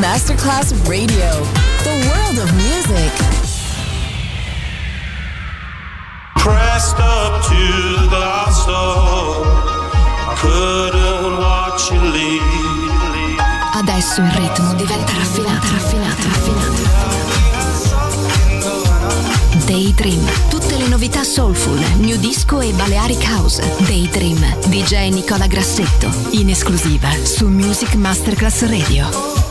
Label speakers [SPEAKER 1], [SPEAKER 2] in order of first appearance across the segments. [SPEAKER 1] Masterclass Radio, the world of music.
[SPEAKER 2] Pressed up to the soul, couldn't watch you leave.
[SPEAKER 3] Adesso il ritmo diventa raffinato, raffinato, raffinato. Daydream. Tutte le novità soulful, new disco e Balearic House. Daydream. DJ Nicola Grassetto. In esclusiva su Music Masterclass Radio.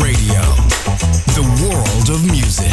[SPEAKER 4] Radio, the world of music.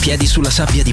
[SPEAKER 5] piedi sulla sabbia di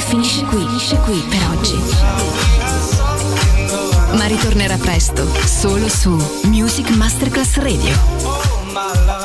[SPEAKER 3] finisce qui per oggi. Ma ritornerà presto, solo su Music Masterclass Radio.
[SPEAKER 6] my love.